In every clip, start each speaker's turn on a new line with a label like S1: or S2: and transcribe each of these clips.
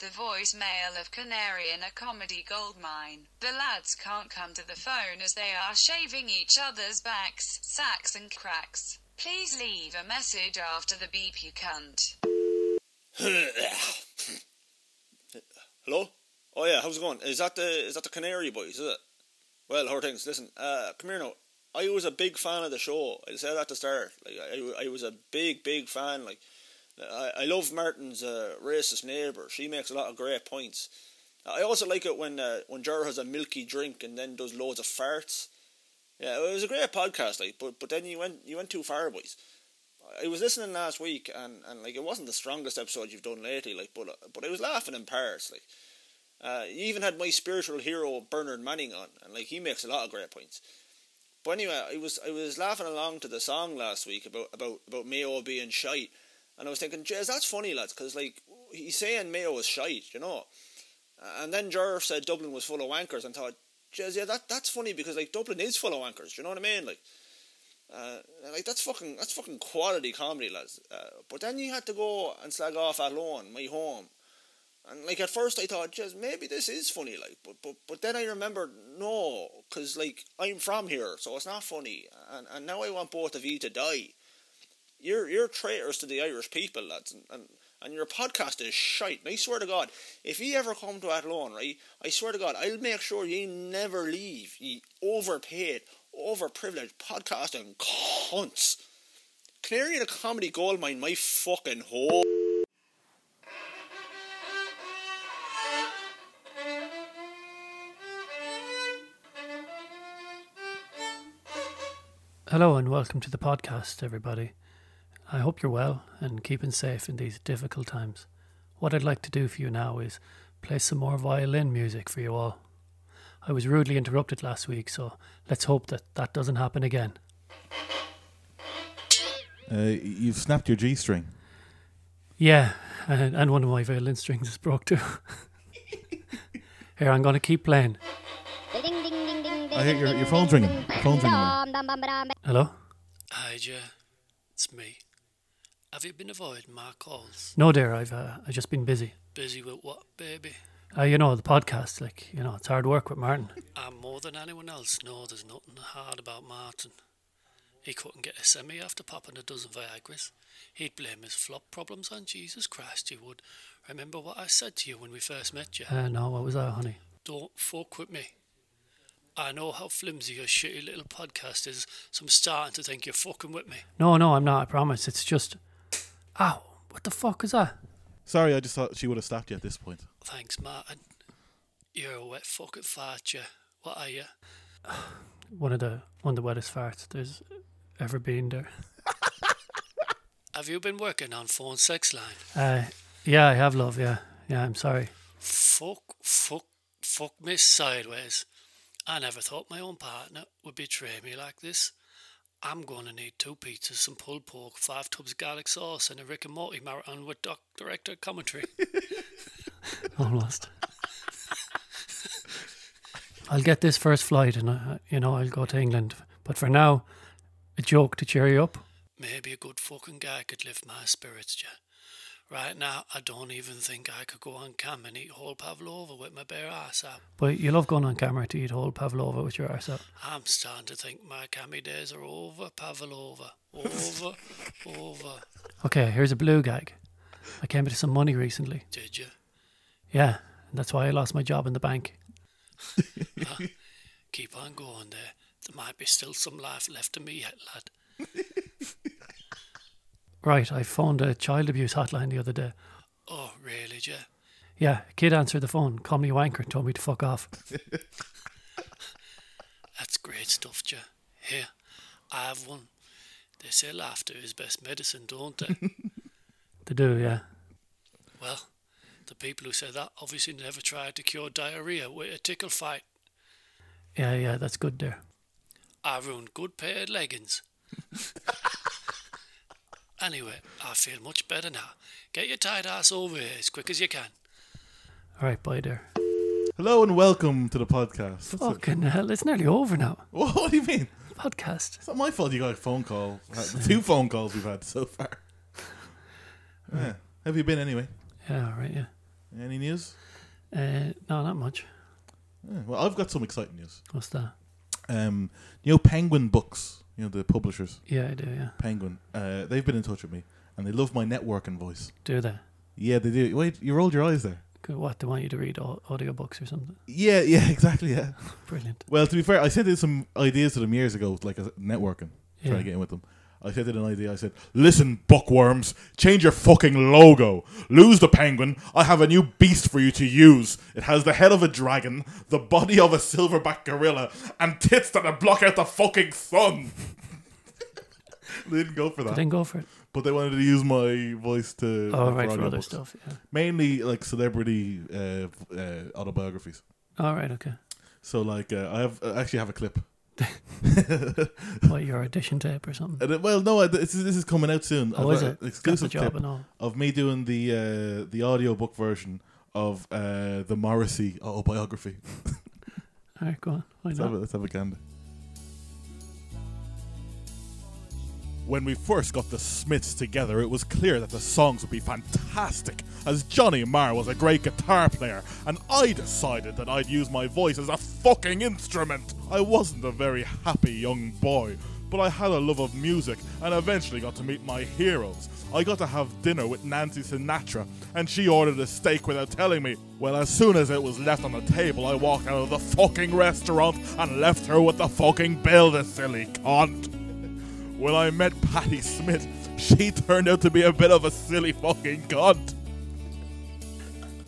S1: the voicemail of Canary in a comedy goldmine. The lads can't come to the phone as they are shaving each other's backs, sacks, and cracks. Please leave a message after the beep, you cunt.
S2: Hello? Oh yeah, how's it going? Is that the is that the Canary Boys, is it? Well, how are things? Listen, uh come here now. I was a big fan of the show. I said at the start. Like I, I was a big, big fan, like I, I love Martin's uh, racist neighbour. She makes a lot of great points. I also like it when uh, when Jar has a milky drink and then does loads of farts. Yeah, it was a great podcast, like, but but then you went you went too far, boys. I was listening last week, and, and like it wasn't the strongest episode you've done lately, like, but but I was laughing in parts, like. Uh, you even had my spiritual hero Bernard Manning on, and like he makes a lot of great points. But anyway, I was I was laughing along to the song last week about about about Mayo being shite, and I was thinking, Jez, that's funny, lads, because like he's saying Mayo was shite, you know, and then Jerv said Dublin was full of wankers, and thought, Jez, yeah, that that's funny because like Dublin is full of wankers, you know what I mean, like. Uh, like that's fucking that's fucking quality comedy, lads. Uh, but then you had to go and slag off alone, my home, and like at first I thought, just maybe this is funny, like, but but but then I remembered, no, because like I'm from here, so it's not funny, and and now I want both of you to die. You're you're traitors to the Irish people, lads, and and, and your podcast is shite. And I swear to God, if you ever come to Athlone, right, I swear to God, I'll make sure you never leave. You overpaid, overprivileged podcasting cunts. Canary in a comedy goldmine, my fucking hole.
S3: Hello and welcome to the podcast, everybody. I hope you're well and keeping safe in these difficult times. What I'd like to do for you now is play some more violin music for you all. I was rudely interrupted last week, so let's hope that that doesn't happen again.
S4: Uh, you've snapped your G string.
S3: Yeah, and, and one of my violin strings is broke too. Here, I'm going to keep playing.
S4: I hear your, your phone's ringing. Your phone's ringing. there.
S3: Hello?
S5: Hi, Joe. It's me. Have you been avoiding my calls?
S3: No, dear, I've uh, I've just been busy.
S5: Busy with what, baby?
S3: Uh, you know, the podcast, like, you know, it's hard work with Martin.
S5: I more than anyone else know there's nothing hard about Martin. He couldn't get a semi after popping a dozen Viagras. He'd blame his flop problems on Jesus Christ, he would. Remember what I said to you when we first met you?
S3: Uh, no, what was that, honey?
S5: Don't fuck with me. I know how flimsy your shitty little podcast is, so I'm starting to think you're fucking with me.
S3: No, no, I'm not, I promise. It's just. Ow, what the fuck is that?
S4: Sorry, I just thought she would have stopped you at this point.
S5: Thanks, Martin. You're a wet fucking fart, you. What are you?
S3: One of the one of the wettest farts there's ever been there.
S5: Have you been working on phone sex line?
S3: Uh, yeah, I have love, yeah. Yeah, I'm sorry.
S5: Fuck, fuck, fuck me sideways. I never thought my own partner would betray me like this. I'm going to need two pizzas, some pulled pork, five tubs of garlic sauce, and a Rick and Morty marathon with doc director commentary.
S3: Almost. I'll get this first flight and, uh, you know, I'll go to England. But for now, a joke to cheer you up.
S5: Maybe a good fucking guy could lift my spirits, yeah. Right now, I don't even think I could go on cam and eat whole pavlova with my bare ass out.
S3: But you love going on camera to eat whole pavlova with your arse out.
S5: I'm starting to think my cammy days are over, Pavlova. Over, over.
S3: Okay, here's a blue gag. I came into some money recently.
S5: Did you?
S3: Yeah, and that's why I lost my job in the bank.
S5: Keep on going there. There might be still some life left in me yet, lad.
S3: Right, I phoned a child abuse hotline the other day.
S5: Oh, really, Joe?
S3: Yeah, a kid answered the phone, called me a wanker, and told me to fuck off.
S5: That's great stuff, Joe. Here, I have one. They say laughter is best medicine, don't they?
S3: They do, yeah.
S5: well, the people who say that obviously never tried to cure diarrhea with a tickle fight.
S3: Yeah, yeah, that's good there.
S5: I ruined good pair of leggings. Anyway, I feel much better now. Get your tired ass over here as quick as you can.
S3: All right, bye there.
S4: Hello and welcome to the podcast. That's it.
S3: Fucking hell, it's nearly over now.
S4: What, what do you mean?
S3: Podcast.
S4: It's not my fault you got a phone call. Uh, Two phone calls we've had so far. Yeah. Have you been anyway?
S3: Yeah, all right, yeah.
S6: Any news?
S3: Uh, no, not much.
S6: Yeah, well, I've got some exciting news.
S3: What's that?
S6: Um, you know, Penguin Books, you know, the publishers,
S3: Yeah, I do. Yeah,
S6: Penguin, uh, they've been in touch with me and they love my networking voice.
S3: do that.
S6: Yeah, they do. Wait, you rolled your eyes there.
S3: Good. What they want you to read au- audiobooks or something?
S6: Yeah, yeah, exactly. Yeah.
S3: Brilliant.
S6: Well, to be fair, I sent in some ideas to them years ago, like as networking,
S3: Yeah.
S6: trying to get in with them. I sent in an idea. I said, "Listen, bookworms, change your fucking logo. Lose the penguin. I have a new beast for you to use. It has the head of a dragon, the body of a silverback gorilla, and tits that block out the fucking sun." they didn't go for
S3: I
S6: that,
S3: didn't go for it.
S6: but they wanted to use my voice to
S3: Oh,
S6: for
S3: right for other
S6: audiobooks.
S3: stuff. Yeah.
S6: mainly like celebrity uh, uh, autobiographies.
S3: All right. Okay.
S6: So like uh, I have I actually have a clip.
S3: What your audition tape or something?
S6: And it- well, no, I- this is, this is coming out soon.
S3: Oh,
S6: I've
S3: is it?
S6: got an
S3: Got the
S6: Exclusive
S3: job
S6: clip
S3: and all.
S6: of me doing the uh, the audiobook version of uh, the Morrissey autobiography.
S3: All right, go on. Why
S6: Let's have, a,
S3: not?
S6: let's have a gander. When we first got the Smiths together, it was clear that the songs would be fantastic, as Johnny Marr was a great guitar player, and I decided that I'd use my voice as a fucking instrument. I wasn't a very happy young boy, but I had a love of music and eventually got to meet my heroes. I got to have dinner with Nancy Sinatra, and she ordered a steak without telling me. Well, as soon as it was left on the table, I walked out of the fucking restaurant and left her with the fucking bill, the silly cunt. When I met Patty Smith, she turned out to be a bit of a silly fucking cunt.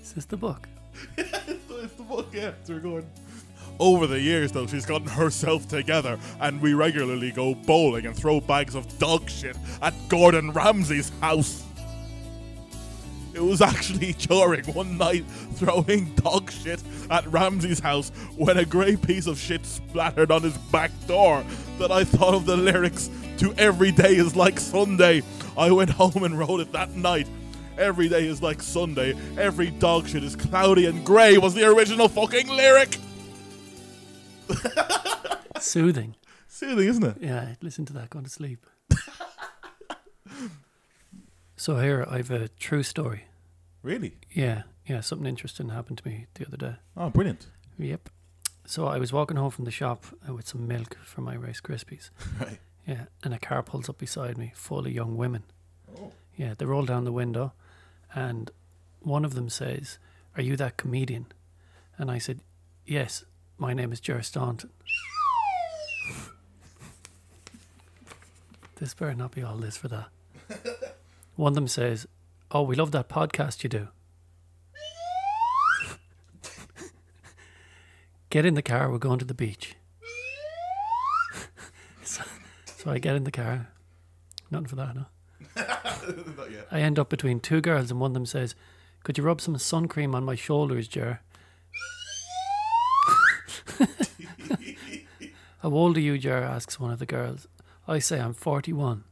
S3: Is this the book?
S6: It's the book, yeah, it's recording. Over the years, though, she's gotten herself together, and we regularly go bowling and throw bags of dog shit at Gordon Ramsay's house. It was actually during one night throwing dog shit at Ramsey's house when a grey piece of shit splattered on his back door that I thought of the lyrics to Every Day is Like Sunday. I went home and wrote it that night. Every day is like Sunday. Every dog shit is cloudy and grey was the original fucking lyric.
S3: Soothing.
S6: Soothing, isn't it?
S3: Yeah, listen to that. Going to sleep. so here I've a true story.
S6: Really?
S3: Yeah, yeah. Something interesting happened to me the other day.
S6: Oh, brilliant.
S3: Yep. So I was walking home from the shop uh, with some milk for my Rice Krispies.
S6: Right.
S3: Yeah, and a car pulls up beside me full of young women. Yeah, they roll down the window, and one of them says, Are you that comedian? And I said, Yes, my name is Jer Staunton. this better not be all this for that. one of them says, Oh, we love that podcast you do. Get in the car, we're going to the beach. So I get in the car. Nothing for that, no. I end up between two girls, and one of them says, Could you rub some sun cream on my shoulders, Jer? How old are you, Jer? asks one of the girls. I say, I'm 41.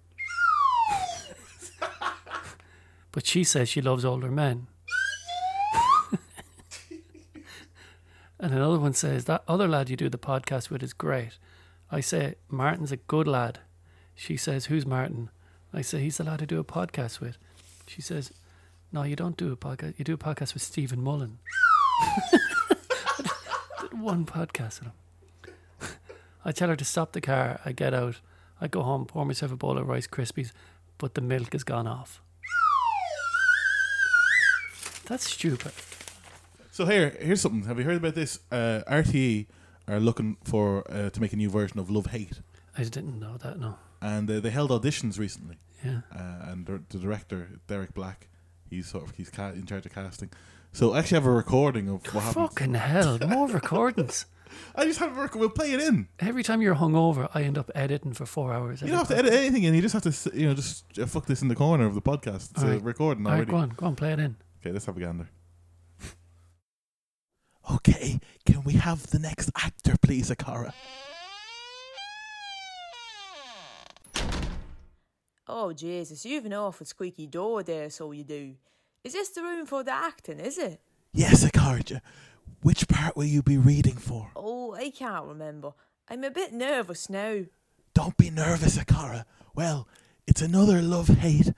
S3: but she says she loves older men. and another one says, That other lad you do the podcast with is great. I say, Martin's a good lad. She says, Who's Martin? I say, He's the lad I do a podcast with. She says, No, you don't do a podcast. You do a podcast with Stephen Mullen. I did one podcast with him. I tell her to stop the car. I get out. I go home, pour myself a bowl of Rice Krispies, but the milk has gone off. That's stupid.
S6: So here, here's something. Have you heard about this? Uh, RTE are looking for uh, to make a new version of Love Hate,
S3: I didn't know that, no.
S6: and uh, they held auditions recently.
S3: Yeah.
S6: Uh, and the the director Derek Black, he's sort of he's ca- in charge of casting. So I actually have a recording of what happened.
S3: Fucking hell, more recordings.
S6: I just have a record. We'll play it in.
S3: Every time you're hungover, I end up editing for four hours.
S6: You don't have to edit anything in. You just have to s- you know just uh, fuck this in the corner of the podcast. It's a
S3: Alright.
S6: recording
S3: All right,
S6: already.
S3: go on, go on, play it in.
S6: Okay, let's have a gander. okay, can we have the next actor, please, Akara?
S7: Oh, Jesus, you've an awful squeaky door there, so you do. Is this the room for the acting, is it?
S6: Yes, Akara. Which part will you be reading for?
S7: Oh, I can't remember. I'm a bit nervous now.
S6: Don't be nervous, Akara. Well, it's another love hate.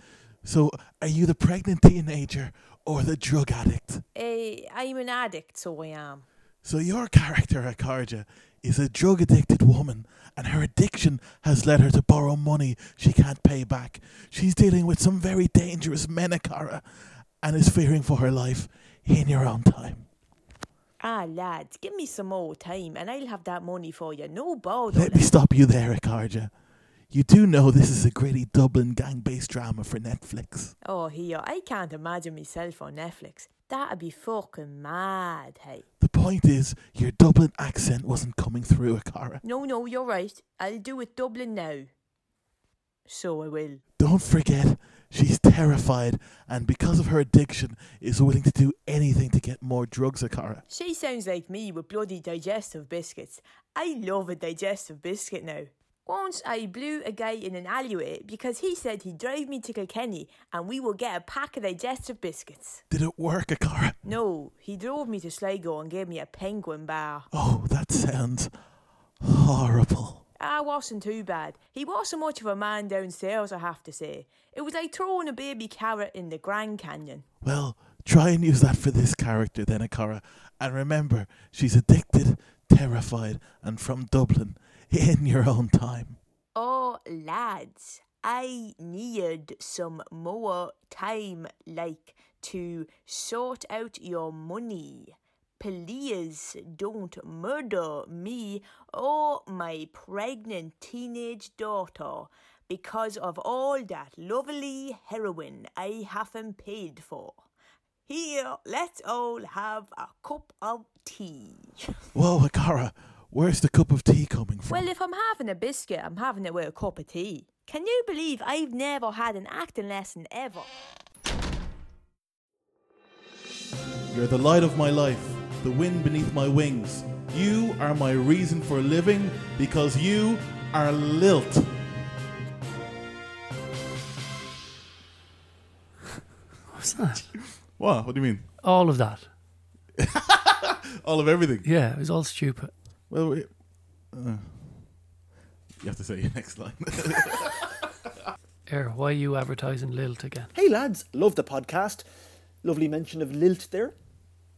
S6: So, are you the pregnant teenager or the drug addict.
S7: Eh, I'm an addict, so I am.
S6: So your character, Akarja, is a drug addicted woman, and her addiction has led her to borrow money she can't pay back. She's dealing with some very dangerous men, Akara, and is fearing for her life in your own time.
S7: Ah, lads, give me some more time and I'll have that money for you. No bother.
S6: Let me stop you there, Akarja. You do know this is a gritty Dublin gang based drama for Netflix.
S7: Oh, here, I can't imagine myself on Netflix. That'd be fucking mad, hey.
S6: The point is, your Dublin accent wasn't coming through, Akara.
S7: No, no, you're right. I'll do it Dublin now. So I will.
S6: Don't forget, she's terrified, and because of her addiction, is willing to do anything to get more drugs, Akara.
S7: She sounds like me with bloody digestive biscuits. I love a digestive biscuit now. Once I blew a guy in an alleyway because he said he'd drive me to Kilkenny and we will get a pack of digestive biscuits.
S6: Did it work, Akara?
S7: No, he drove me to Sligo and gave me a penguin bar.
S6: Oh, that sounds horrible.
S7: I wasn't too bad. He wasn't much of a man downstairs, I have to say. It was like throwing a baby carrot in the Grand Canyon.
S6: Well, try and use that for this character then, Akara. And remember, she's addicted, terrified, and from Dublin, in your own time.
S7: Oh, lads, I need some more time, like, to sort out your money. Please don't murder me or my pregnant teenage daughter because of all that lovely heroin I haven't paid for. Here, let's all have a cup of tea.
S6: Whoa, Akara, where's the cup of tea coming from?
S7: Well, if I'm having a biscuit, I'm having it with a cup of tea. Can you believe I've never had an acting lesson ever?
S6: You're the light of my life, the wind beneath my wings. You are my reason for living because you are lilt.
S3: What's that?
S6: What? What do you mean?
S3: All of that.
S6: All of everything.
S3: Yeah, it was all stupid.
S6: Well, we, uh, you have to say your next line.
S3: Here, why are you advertising Lilt again?
S8: Hey lads, love the podcast. Lovely mention of Lilt there.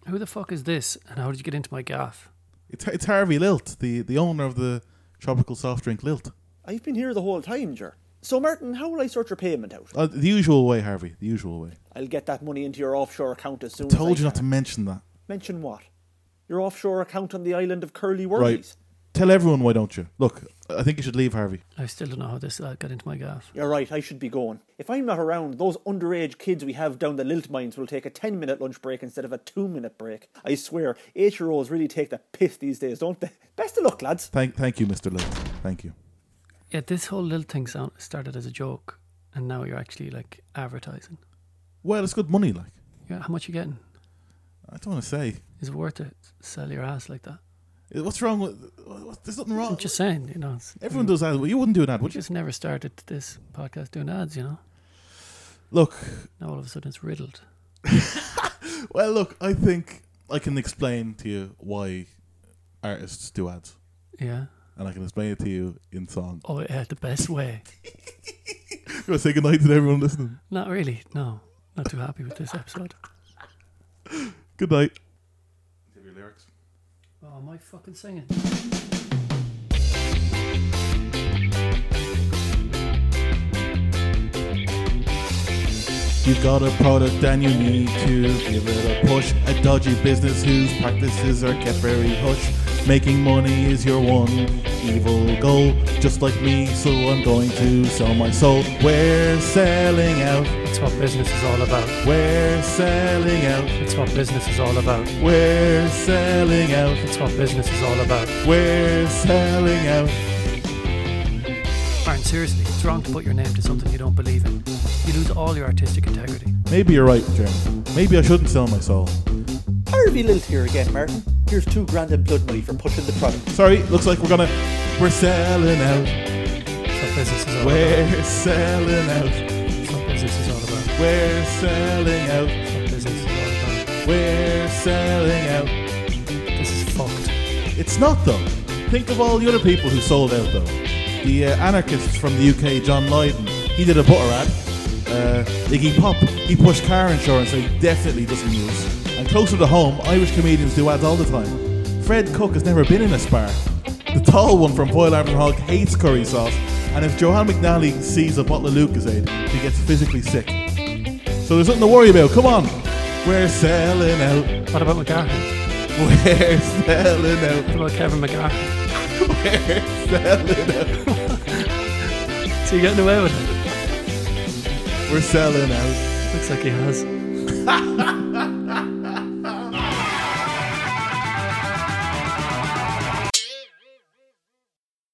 S3: Who the fuck is this and how did you get into my gaff?
S6: it's, it's Harvey Lilt, the, the owner of the tropical soft drink Lilt.
S8: I've been here the whole time, Jer. So Martin, how will I sort your payment out?
S6: Uh, the usual way, Harvey. The usual way.
S8: I'll get that money into your offshore account as soon as I
S6: Told you not to
S8: can.
S6: mention that.
S8: mention what? Your offshore account on the island of Curly Wurlies.
S6: Right. Tell everyone why don't you? Look, I think you should leave, Harvey.
S3: I still don't know how this lad got into my gaff.
S8: You're right, I should be going. If I'm not around, those underage kids we have down the Lilt mines will take a 10 minute lunch break instead of a 2 minute break. I swear, 8 year olds really take the piss these days, don't they? Best of luck, lads.
S6: Thank thank you, Mr. Lilt. Thank you.
S3: Yeah, this whole Lilt thing sound started as a joke and now you're actually like advertising.
S6: Well, it's good money, like.
S3: Yeah, how much you getting?
S6: I don't want to say.
S3: Is it worth it? Sell your ass like that?
S6: What's wrong with. what- There's nothing wrong.
S3: I'm just saying, you know. It's,
S6: Everyone does ads. Well, You wouldn't do an ad,
S3: We
S6: would you?
S3: just never started this podcast doing ads, you know.
S6: Look,
S3: Now all of a sudden it's riddled.
S6: well, look, I think I can explain to you why artists do ads.
S3: Yeah.
S6: And I can explain it to you in song.
S3: Oh, yeah, the best way.
S6: You want to say goodnight to everyone listening?
S3: Not really. No, not too happy with this episode.
S6: Good night.
S3: Oh, am I fucking singing?
S6: You've got a product and you need to give it a push. A dodgy business whose practices are kept very hush. Making money is your one evil goal. Just like me, so I'm going to sell my soul. We're selling out.
S3: It's what business is all about.
S6: We're selling out.
S3: It's what business is all about.
S6: We're selling out.
S3: It's what business is all about.
S6: We're selling out.
S3: Aaron, seriously, it's wrong to put your name to something you don't believe in. You lose all your artistic integrity.
S6: Maybe you're right, Jeremy. Maybe I shouldn't sell my soul.
S8: Harvey Lilt here again, Martin. Here's two grand in blood money for pushing the product.
S6: Sorry, looks like we're gonna. We're selling out.
S3: It's what business is all about.
S6: We're selling out.
S3: It's what business is all about.
S6: We're selling out.
S3: It's what business is all about.
S6: We're selling out.
S3: This is fucked.
S6: It's not though. Think of all the other people who sold out though. The uh, anarchist from the UK, John Lydon, he did a butter ad. Uh, Uh, Iggy Pop, he pushed car insurance, so he definitely doesn't use. And closer to home, Irish comedians do ads all the time. Fred Cook has never been in a spar. The tall one from Boyle Arm and Hog hates curry sauce, and if Johan McNally sees a bottle of Lucasade, he gets physically sick. So there's nothing to worry about. Come on, we're selling out.
S3: What about McGarry?
S6: We're selling out.
S3: What about Kevin McGarry?
S6: We're selling out.
S3: So you getting away with it?
S6: We're selling out.
S3: Looks like he has.